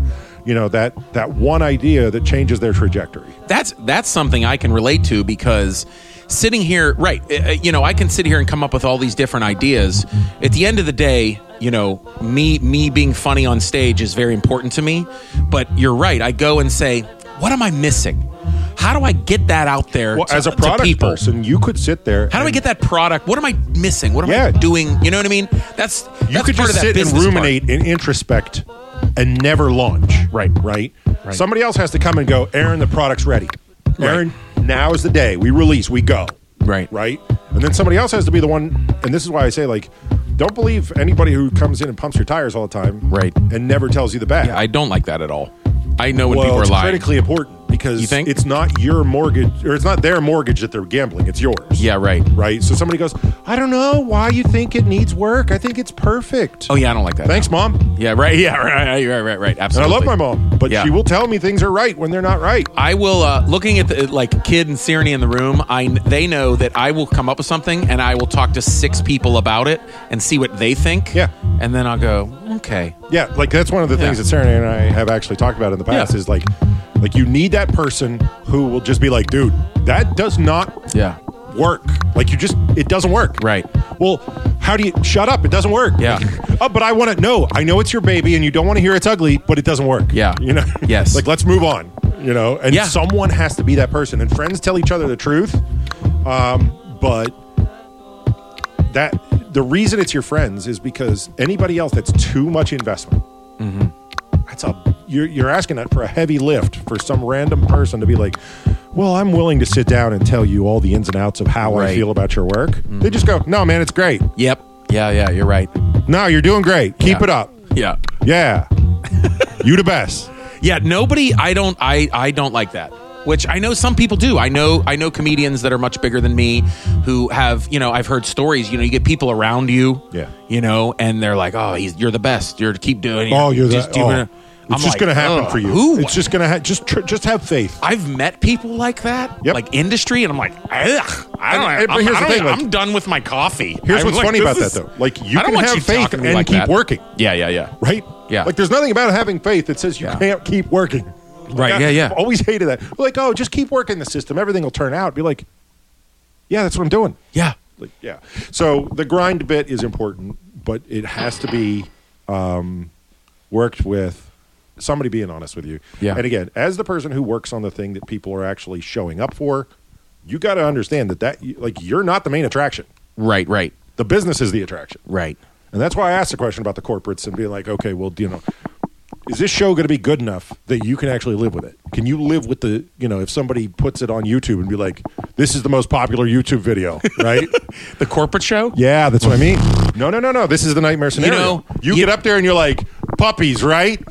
E: you know, that that one idea that changes their trajectory.
A: that's that's something I can relate to because sitting here, right? uh, You know, I can sit here and come up with all these different ideas. At the end of the day, you know, me me being funny on stage is very important to me. But you're right. I go and say, what am I missing? How do I get that out there
E: Well,
A: to-
E: as a
A: to
E: product
A: people?
E: person, you could sit there.
A: How do I
E: and
A: get that product? What am I missing? What am I
E: Yeah.
A: doing? You know what I mean? That's
E: You could
A: part
E: just
A: of that
E: sit and
A: business part.
E: ruminate and introspect, and never launch.
A: Right.
E: right, Somebody else has to come and go. Aaron, the product's ready.
A: Right.
E: Aaron, now is the day we release. We go.
A: Right.
E: right? And then somebody else has to be the one. And this is why I say, like, don't believe anybody who comes in and pumps your tires all the time,
A: Right.
E: And never tells you the bad.
A: Yeah, I don't like that at all. I know when
E: well,
A: people are
E: it's
A: lying.
E: critically important because
A: You think?
E: it's not your mortgage or it's not their mortgage that they're gambling; it's yours.
A: yeah, right.
E: right. So somebody goes, "I don't know why you think it needs work. I think it's perfect."
A: Oh yeah, I don't like that.
E: Thanks, mom.
A: Yeah, right. *laughs* Yeah, right. Right. Right. Right.
E: And I
A: Absolutely.
E: love my mom, but
A: Yeah.
E: she will tell me things are right when they're not right.
A: I will. Uh, looking at the like kid and Sirenny in the room, I they know that I will come up with something and I will talk to six people about it and see what they think.
E: Yeah.
A: and then I'll go. Okay,
E: Yeah, like that's one of the things
A: Yeah.
E: that Sarah and I have actually talked about in the past
A: Yeah.
E: is like, like you need that person who will just be like, dude, that does not
A: Yeah.
E: work. Like you just, it doesn't work.
A: Right.
E: Well, how do you shut up? It doesn't work.
A: Yeah.
E: *laughs* oh, but I want to. No, I know it's your baby, and you don't want to hear it's ugly, but it doesn't work.
A: Yeah.
E: You know.
A: *laughs* Yes.
E: like let's move on. You know, and
A: Yeah.
E: someone has to be that person. And friends tell each other the truth, um, but that the reason it's your friends is because anybody else that's too much investment
A: Mm-hmm.
E: that's a you're, you're asking that for a heavy lift for some random person to be like well i'm willing to sit down and tell you all the ins and outs of how
A: Right. Mm-hmm.
E: i feel about your work they just go no man it's great
A: yep, yeah, yeah. You're right.
E: no you're doing great keep
A: Yeah.
E: it up
A: Yeah, *laughs*
E: yeah you the best
A: yeah. Nobody. I don't. I I don't like that. Which I know some people do. I know I know comedians that are much bigger than me who have you know I've heard stories. You know, you get people around you.
E: Yeah.
A: You know, and they're like, oh, he's, you're the best. You're keep doing. it.
E: Oh, you're the-
A: just do
E: oh.
A: it." I'm
E: just
A: like,
E: going to happen
A: ugh,
E: for you.
A: Who?
E: It's just going to ha- just tr- just have faith.
A: I've met people like that,
E: Yep.
A: like industry, and I'm like, ugh, I don't.
E: And-
A: I'm,
E: and- but here's
A: I
E: the
A: don't-
E: thing, like-
A: I'm done with my coffee.
E: Here's
A: I'm
E: what's
A: like,
E: funny
A: this
E: about
A: is-
E: that though. Like you
A: I don't
E: can
A: want
E: have faith
A: talking to me
E: and
A: like
E: keep
A: that.
E: working,
A: Yeah, yeah, yeah.
E: right?
A: Yeah.
E: Like there's nothing about having faith that says you
A: Yeah.
E: can't keep working. Like,
A: Right,
E: I-
A: yeah, yeah.
E: I've always hated that. Like, oh, just keep working the system. Everything will turn out. Be like, yeah, that's what I'm doing.
A: Yeah.
E: Like, yeah. So the grind bit is important, but it has to be um, worked with somebody being honest with you.
A: Yeah.
E: And again, as the person who works on the thing that people are actually showing up for, you got to understand that that like you're not the main attraction.
A: Right. Right.
E: The business is the attraction.
A: Right.
E: And that's why I asked the question about the corporates and being like, okay, well, you know, is this show going to be good enough that you can actually live with it? Can you live with the, you know, if somebody puts it on YouTube and be like, this is the most popular
A: *laughs*
E: YouTube video, right?
A: The corporate show.
E: yeah, that's what I mean. No, no, no, no. This is the nightmare scenario. You,
A: know, you-
E: get up there and you're like, puppies, right?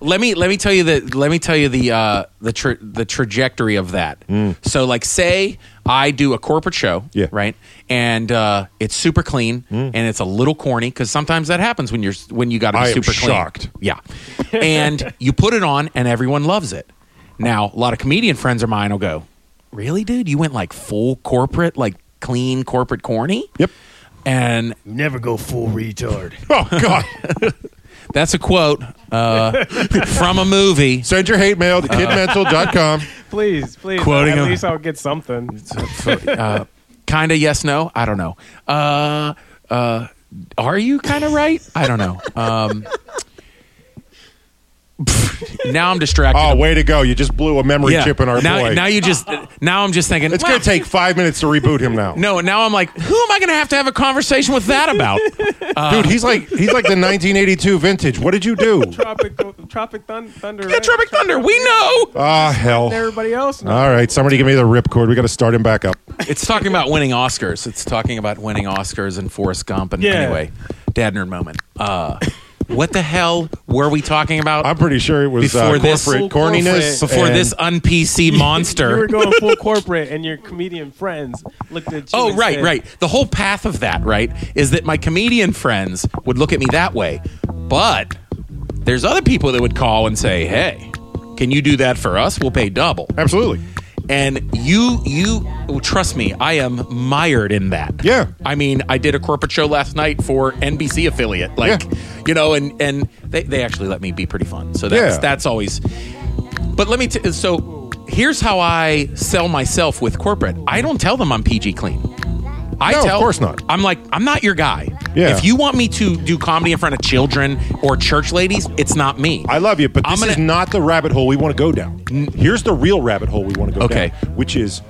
A: let me let me tell you the let me tell you the uh, the tra- the trajectory of that. So like say I do a corporate show,
E: Mm. Yeah. Mm.
A: right, and uh, it's super clean and it's a little corny because sometimes that happens when you're when you got to be
E: I am
A: super clean.
E: shocked.
A: Yeah, and you put it on and everyone loves it. Now a lot of comedian friends of mine will go, "Really, dude? You went like full corporate, like clean corporate corny?"
E: Yep.
A: And
G: You never go full retard.
E: Oh, God.
A: *laughs* that's a quote uh, *laughs* from a
E: *laughs*
A: movie.
E: Send your hate mail to
A: Uh-huh.
E: kidmental.com.
C: Please, please.
A: Quoting
C: at
A: him.
C: least I'll get something.
A: uh, kind of yes no i don't know uh uh are you kind of right i don't know um *laughs* now i'm distracted
E: Oh, way to go. You just blew a memory
A: Yeah.
E: chip in our
A: now,
E: boy.
A: now you just now i'm just thinking
E: it's going
A: "Well,
E: to take five minutes to reboot him now.
A: no and now i'm like who am i gonna have to have a conversation with that
E: *laughs*
A: about
E: Dude, he's like he's like the 1982 vintage. What did you do?
C: Tropic, Tropic Thun- Thunder.
A: yeah,
C: right?
A: tropic thunder we know
E: Ah, hell.
C: Everybody else. knows.
E: All right, somebody give me the ripcord. We got to start him back up.
A: it's talking about winning oscars it's talking about winning oscars and forrest gump and
C: Yeah.
A: anyway dad nerd moment uh what the hell were we talking about
E: I'm pretty sure it was uh,
A: Before
E: corporate
A: this-
E: corniness.
C: Corporate.
A: before
E: and-
A: this un-PC monster.
E: *laughs*
C: You
A: *laughs*
C: were going full corporate, and your comedian friends looked at you.
A: Oh,
C: and
A: right,
C: said,
A: right. The whole path of that, right, is that my comedian friends would look at me that way. But there's other people that would call and say, "Hey, can you do that for us? We'll pay double."
E: absolutely.
A: And you you trust me, I am mired in that.
E: Yeah.
A: I mean, I did a corporate show last night for NBC affiliate. Like,
E: Yeah.
A: you know, and and they, they actually let me be pretty fun. So that's
E: Yeah.
A: that's always But let me t- so here's how I sell myself with corporate. I don't tell them I'm PG clean. I
E: No, of
A: tell,
E: course not.
A: I'm like, I'm not your guy.
E: Yeah.
A: If you want me to do comedy in front of children or church ladies, it's not me.
E: I love you, but
A: I'm
E: this is
A: gonna-
E: not the rabbit hole we want to go down. Here's the real rabbit hole we want to go
A: Okay.
E: down, which is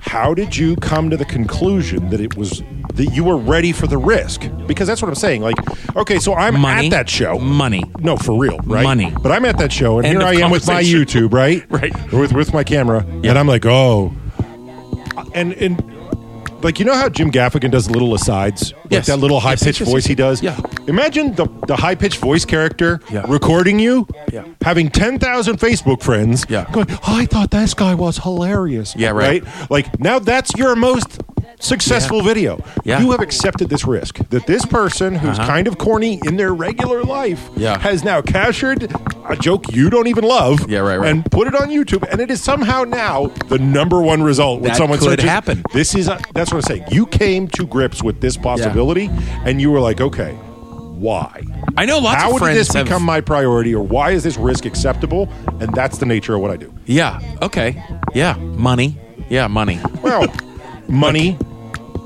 E: how did you come to the conclusion that it was that you were ready for the risk? Because that's what I'm saying. Like, okay, so I'm
A: Money.
E: at that show.
A: Money.
E: No, for real, right?
A: Money.
E: But I'm at that show, and
A: End
E: here
A: of
E: I am with my
A: conversation.
E: YouTube, right?
A: *laughs* Right.
E: Or with with my camera, and I'm like, oh, and and like you know how Jim Gaffigan does little asides, like
A: Yes.
E: that little high
A: yes,
E: pitched
A: yes,
E: voice he does.
A: Yeah.
E: Imagine the the high pitched voice character
A: Yeah.
E: recording you,
A: Yeah.
E: having ten thousand Facebook friends,
A: Yeah.
E: going, oh, I thought this guy was hilarious.
A: Yeah, right.
E: Like now that's your most. Successful video.
A: Yeah. Uh-huh.
E: You have accepted this risk that this person who's kind of corny in their regular life
A: Yeah.
E: has now captured a joke you don't even love
A: Yeah, right, right.
E: and put it on YouTube, and it is somehow now the number one result when
A: That
E: someone
A: could
E: searches.
A: happen.
E: This is that's what I'm saying. You came to grips with this possibility, and you were like, okay, why?
A: I know lots
E: How
A: of
E: did
A: friends
E: this
A: have-
E: become my priority, or why is this risk acceptable? And that's the nature of what I do.
A: Yeah. Okay. Yeah. Money. Yeah. Money. *laughs*
E: Well, money,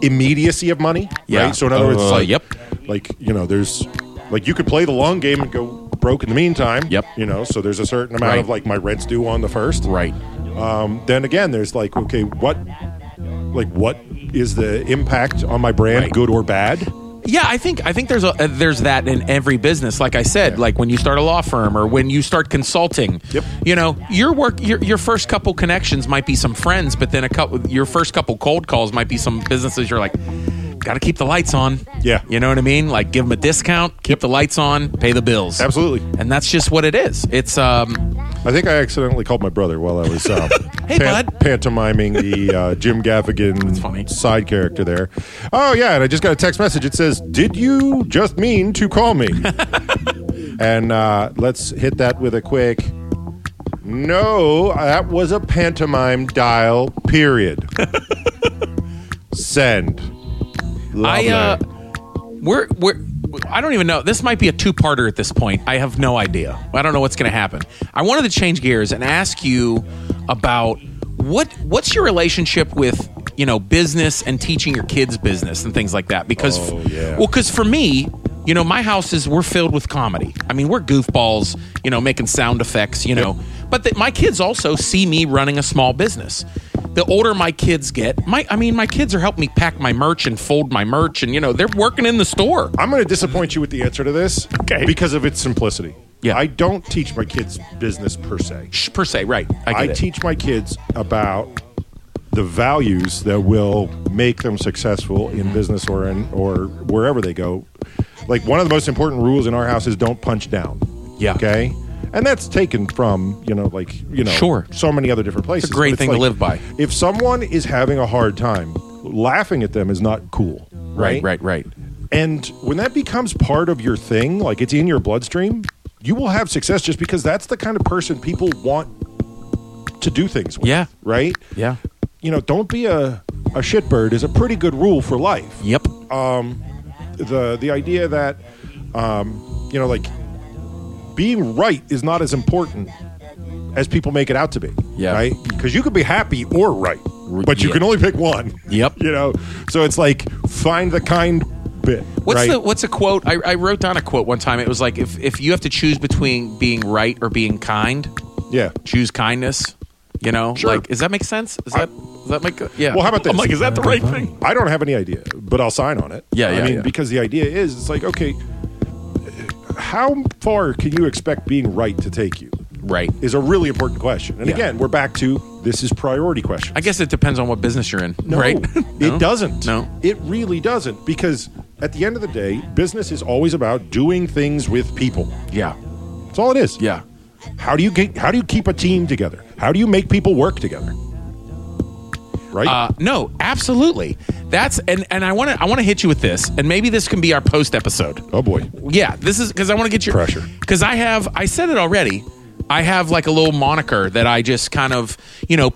E: immediacy of money.
A: Yeah.
E: Right? So in other words, it's
A: Uh,
E: like,
A: yep.
E: Like you know, there's like you could play the long game and go broke in the meantime.
A: Yep.
E: You know, so there's a certain amount
A: Right.
E: of like my rent's due on the first.
A: Right.
E: Um, then again, there's like okay, what, like what is the impact on my brand,
A: Right.
E: good or bad?
A: Yeah, I think I think there's a uh, there's that in every business. Like I said, like when you start a law firm or when you start consulting,
E: Yep.
A: you know your work your your first couple connections might be some friends, but then a couple your first couple cold calls might be some businesses. You're like, got to keep the lights on.
E: Yeah.
A: you know what I mean. Like give them a discount, keep the lights on, pay the bills.
E: Absolutely.
A: and that's just what it is. It's um,
E: I think I accidentally called my brother while I was uh,
A: *laughs* Hey, bud.
E: pantomiming the uh, Jim
A: funny.
E: Gaffigan side character there. Oh yeah, and I just got a text message. It says, "Did you just mean to call
A: *laughs*
E: me?" and uh, let's hit that with a quick. No, that was a pantomime dial.
A: *laughs*
E: Period. Send.
A: I uh,
E: Lovely.
A: we're we're. I don't even know. This might be a two-parter at this point. I have no idea. I don't know what's going to happen. I wanted to change gears and ask you about what what's your relationship with you know business and teaching your kids business and things like that. Because
E: Oh, yeah.
A: well, because for me, you know, my houses we're filled with comedy. I mean, we're goofballs, you know, making sound effects, you know. But that my kids also see me running a small business. The older my kids get, my I mean, my kids are helping me pack my merch and fold my merch, and you know, they're working in the store.
E: I'm going to disappoint you with the answer to this
A: Okay.
E: because of its simplicity.
A: Yeah.
E: I don't teach my kids business per se.
A: Sh- Per se, right? I, get
E: I
A: it.
E: teach my kids about the values that will make them successful in business or in or wherever they go. Like one of the most important rules in our house is don't punch down.
A: Yeah.
E: Okay. And that's taken from you know like you know
A: Sure.
E: so many other different places.
A: great
E: But it's
A: thing to live by.
E: If someone is having a hard time, laughing at them is not cool.
A: Right, right, right.
E: And when that becomes part of your thing, like it's in your bloodstream, you will have success just because that's the kind of person people want to do things with.
A: Yeah.
E: Right?
A: Yeah.
E: You know, don't be a, a shitbird is a pretty good rule for life.
A: Yep.
E: The the idea that um, you know, like being right is not as important as people make it out to be.
A: Yeah.
E: Right? Because you could be happy or right.
A: R-
E: But you
A: yeah.
E: can only pick one.
A: Yep.
E: *laughs* You know? So it's like find the kind bit.
A: What's
E: right?
A: the What's a quote? I, I wrote down a quote one time. It was like, if if you have to choose between being right or being kind,
E: Yeah.
A: choose kindness. You know,
E: Sure.
A: like does that make sense? Is that does that make yeah?
E: Well, how about
A: I'm
E: this?
A: like, is that the right thing?
E: I don't have any idea, but I'll sign on it.
A: Yeah,
E: I
A: yeah,
E: mean,
A: yeah.
E: because the idea is, it's like, okay, how far can you expect being right to take you?
A: Right.
E: Is a really important question. And
A: Yeah.
E: again, we're back to this is priority question.
A: I guess it depends on what business you're in,
E: no,
A: right? *laughs* No?
E: it doesn't.
A: No.
E: it really doesn't. Because at the end of the day, business is always about doing things with people.
A: Yeah.
E: That's all it is.
A: Yeah.
E: How do you get, how do you keep a team together? How do you make people work together? Right.
A: Uh, no, absolutely. That's and and I want to I want to hit you with this, and maybe this can be our post episode.
E: oh boy.
A: Yeah, this is because I want to get your
E: Pressure.
A: Because I have, I said it already. I have like a little moniker that I just kind of, you know,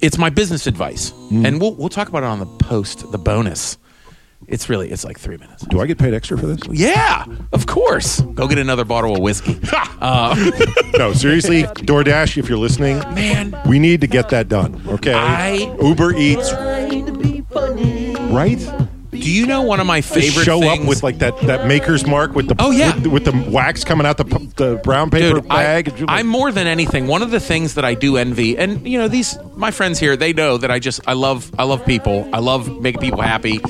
A: it's my business advice,
E: Mm.
A: and we'll we'll talk about it on the post, the bonus. It's really, it's like three minutes.
E: Do I get paid extra for this?
A: Yeah, of course. Go get another bottle of whiskey. Uh,
E: No, seriously, DoorDash, if you're listening,
A: man,
E: we need to get that done. Okay.
A: I-
E: Uber Eats, right?
A: do you know one of my
E: Just
A: favorite
E: show
A: things?
E: up with like that, that maker's mark with the
A: Oh, yeah.
E: with, with the wax coming out the p- the brown paper
A: Dude,
E: bag.
A: I, am more than anything. One of the things that I do envy, and you know, these my friends here, they know that I just I love I love people. I love making people happy.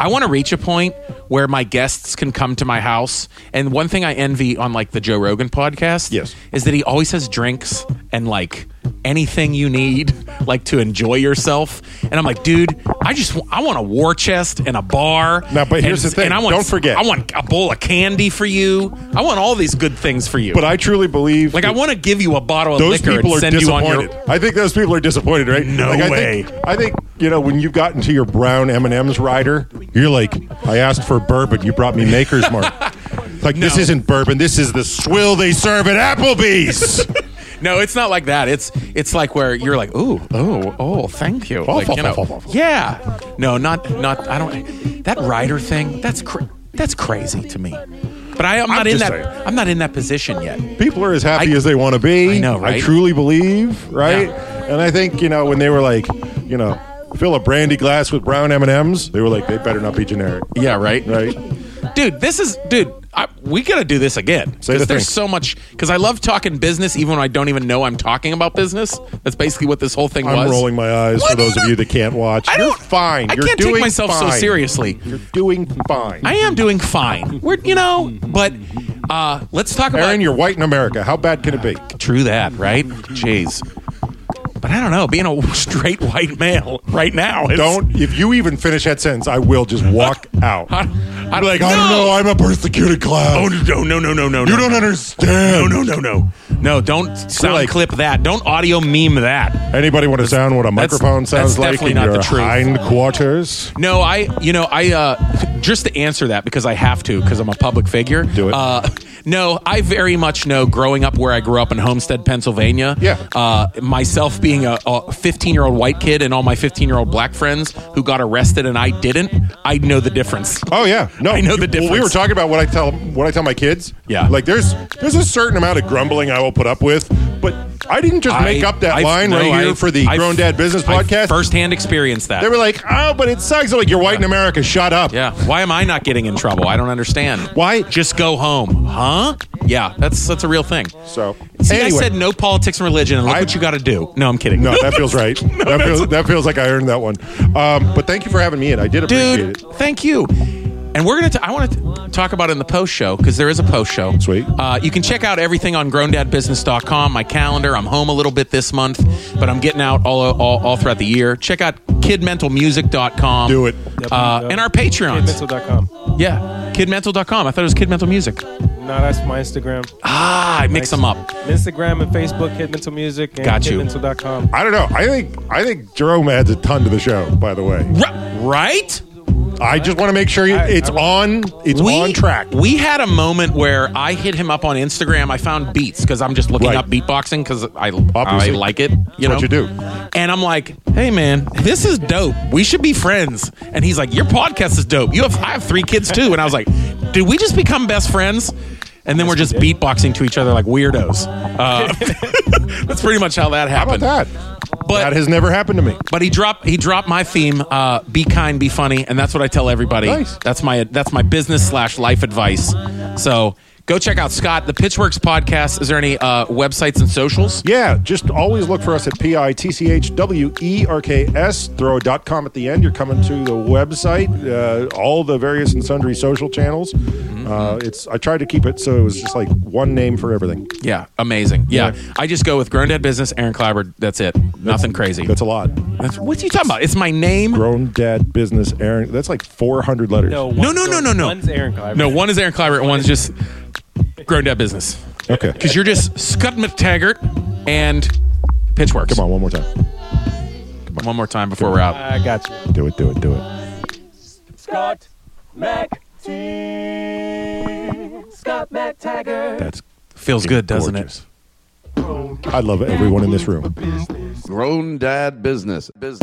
A: I want to reach a point where my guests can come to my house. And one thing I envy on like the Joe Rogan podcast,
E: Yes.
A: is that he always has drinks and like anything you need like to enjoy yourself and i'm like dude i just wa- i want a war chest and a bar
E: Now, but here's
A: and,
E: the thing.
A: and I want,
E: Don't forget.
A: i want a bowl of candy for you i want all these good things for you
E: but I truly believe
A: like I
E: that
A: want to give you a bottle of
E: those
A: liquor
E: people
A: and
E: are
A: send you on
E: disappointed.
A: your.
E: I think those people are disappointed, right?
A: No
E: Like, I
A: way.
E: Think, I think you know when you've gotten to your brown M and M's rider, you're like, I asked for bourbon, you brought me
A: *laughs*
E: Maker's Mark. Like this
A: No.
E: isn't bourbon. This is the swill they serve at
A: *laughs*
E: Applebee's.
A: No, it's not like that. It's it's like where you're like, ooh, oh, oh, thank you. Like, you know, yeah. No, not not. I don't. That rider thing. That's cra- that's crazy to me. But I, I'm not in
E: just
A: that.
E: saying.
A: I'm not in that position yet.
E: people are as happy
A: I-
E: as they want to be.
A: I know, right?
E: I truly believe, right?
A: Yeah.
E: And I think you know when they were like, you know, fill a brandy glass with brown M and M's, they were like, they better not be generic,
A: Yeah. Right.
E: right?
A: Dude, this is dude. I, we gotta do this again
E: Say the
A: because there's
E: thing.
A: so much. Because I love talking business, even when I don't even know I'm talking about business. That's basically what this whole thing
E: I'm
A: was.
E: rolling my eyes
A: What?
E: for those of you that can't watch.
A: I
E: You're
A: don't-
E: fine.
A: I
E: You're
A: can't take
E: doing
A: myself so
E: fine.
A: seriously.
E: You're doing fine.
A: I am doing fine. We're you know, but uh, let's talk about
E: Aaron, you're white in America. How bad can it be?
A: True that, right? Jeez. But I don't know. Being a *laughs* straight white male right now, is,
E: Don't. If you even finish that sentence, I will just
A: *laughs*
E: walk out.
A: I, I'm like,
E: I don't know.
A: no!
E: I'm a persecuted
A: Oh
E: class.
A: no no no no no!
E: you don't
A: No
E: understand.
A: no no no no! Don't sound
E: like-
A: clip that. Don't audio meme that.
E: Anybody want to sound what a
A: that's-
E: microphone sounds
A: that's
E: like
A: definitely
E: in
A: not the
E: your
A: truth.
E: hindquarters?
A: No, I, you know, I, uh, just to answer that because I have to because I'm a public figure.
E: Do it.
A: Uh, *laughs* no, I very much know growing up where I grew up in Homestead, Pennsylvania.
E: Yeah.
A: Uh, myself being a, a 15 year old white kid and all my 15 year old black friends who got arrested and I didn't, I know the difference.
E: Oh yeah, no,
A: I know the
E: Well, we
A: difference.
E: were talking about what I tell what I tell my kids.
A: Yeah.
E: like there's there's a certain amount of grumbling I will put up with, but I didn't just make
A: I-
E: up that
A: I-
E: line
A: no,
E: right here
A: I-
E: for the
A: I-
E: Grown Dad Business
A: I
E: Podcast.
A: firsthand experience that.
E: they were like, "Oh, but it sucks." I'm like, "You're white in America. Shut up."
A: yeah. Why am I not getting in trouble? I don't understand.
E: Why?
A: Just go home, huh? Yeah, that's that's a real thing.
E: So
A: See,
E: anyway,
A: I said no politics and religion, and look
E: I-
A: what you got to do. No, I'm kidding.
E: no, that
A: *laughs*
E: feels right. that feels that feels like I earned that one. Um, but thank you for having me in. I did appreciate
A: dude.
E: it.
A: Thank you. And we're gonna. T- I want to talk about it in the post show because there is a post show.
E: Sweet.
A: Uh, you can check out everything on groundadbusiness.com. My calendar. I'm home a little bit this month, but I'm getting out all all, all throughout the year. Check out kidmentalmusic.com.
E: Do it.
A: Uh, and our Patreons.
C: Mental.com.
A: Yeah, kidmental.com. I thought it was kidmental music.
C: No, that's my Instagram.
A: Ah, I mix them up.
C: Instagram and Facebook, Kid Mental Music, and
A: Got you.
C: KidMental.com.
E: I don't know. I think I think Jerome adds a ton to the show. By the way,
A: R- right?
E: I just want to make sure you,
C: I-
E: it's
C: I-
E: on it's on track.
A: We had a moment where I hit him up on Instagram. I found beats because I'm just looking
E: Right.
A: up beatboxing because I I
E: Obviously.
A: like it. You know
E: That's what you do.
A: And I'm like, hey man, this is dope. We should be friends. And he's like, your podcast is dope. You have I have three kids too. And I was like, did we just become best friends? And then we're just beatboxing to each other like weirdos. Uh, *laughs* that's pretty much how that
E: How about
A: happened.
E: that?
A: But
E: that has never happened to me.
A: but he dropped he dropped my theme. Uh, be kind, be funny, and that's what I tell everybody.
E: Oh, Nice.
A: That's my that's my business slash life advice. So go check out Scott the Pitchworks podcast. Is there any uh, websites and socials?
E: Yeah, just always look for us at P I T C H W E R K S. Throw a dot com at the end. You're coming to the website, uh, all the various and sundry social channels.
A: Mm-hmm.
E: Uh, it's I tried to keep it so it was just like one name for everything.
A: Yeah, amazing. Yeah.
E: Yeah.
A: I just go with Grown Dad Business, Aaron Clyburn. That's it. Nothing crazy.
E: That's a lot.
A: That's- what are you talking about? It's my name.
E: Grown dad business Aaron. That's like 400 letters.
A: no, no, no, no, no.
C: One's Aaron Kleiber.
A: No, one is Aaron Clyburn, and one's just Grown Dad Business.
E: Okay.
A: Because you're just Scott McTaggart and Pitchworks.
E: Come on, one more time.
A: One more time before we're out.
C: I got you.
E: Do it. Do it. Do it.
B: Scott McT. Scott McTaggart.
E: That's
A: Feels good, doesn't
E: gorgeous.
A: it?
E: I love everyone in this room.
F: Grown dad business. Business.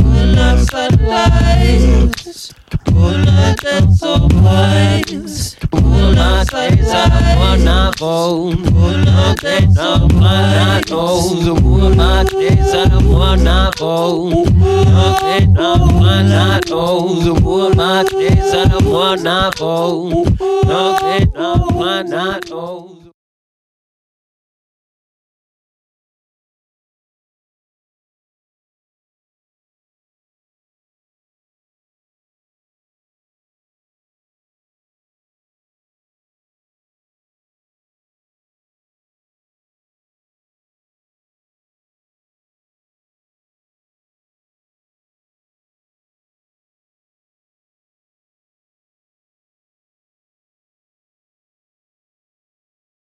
H: Why not? Oh.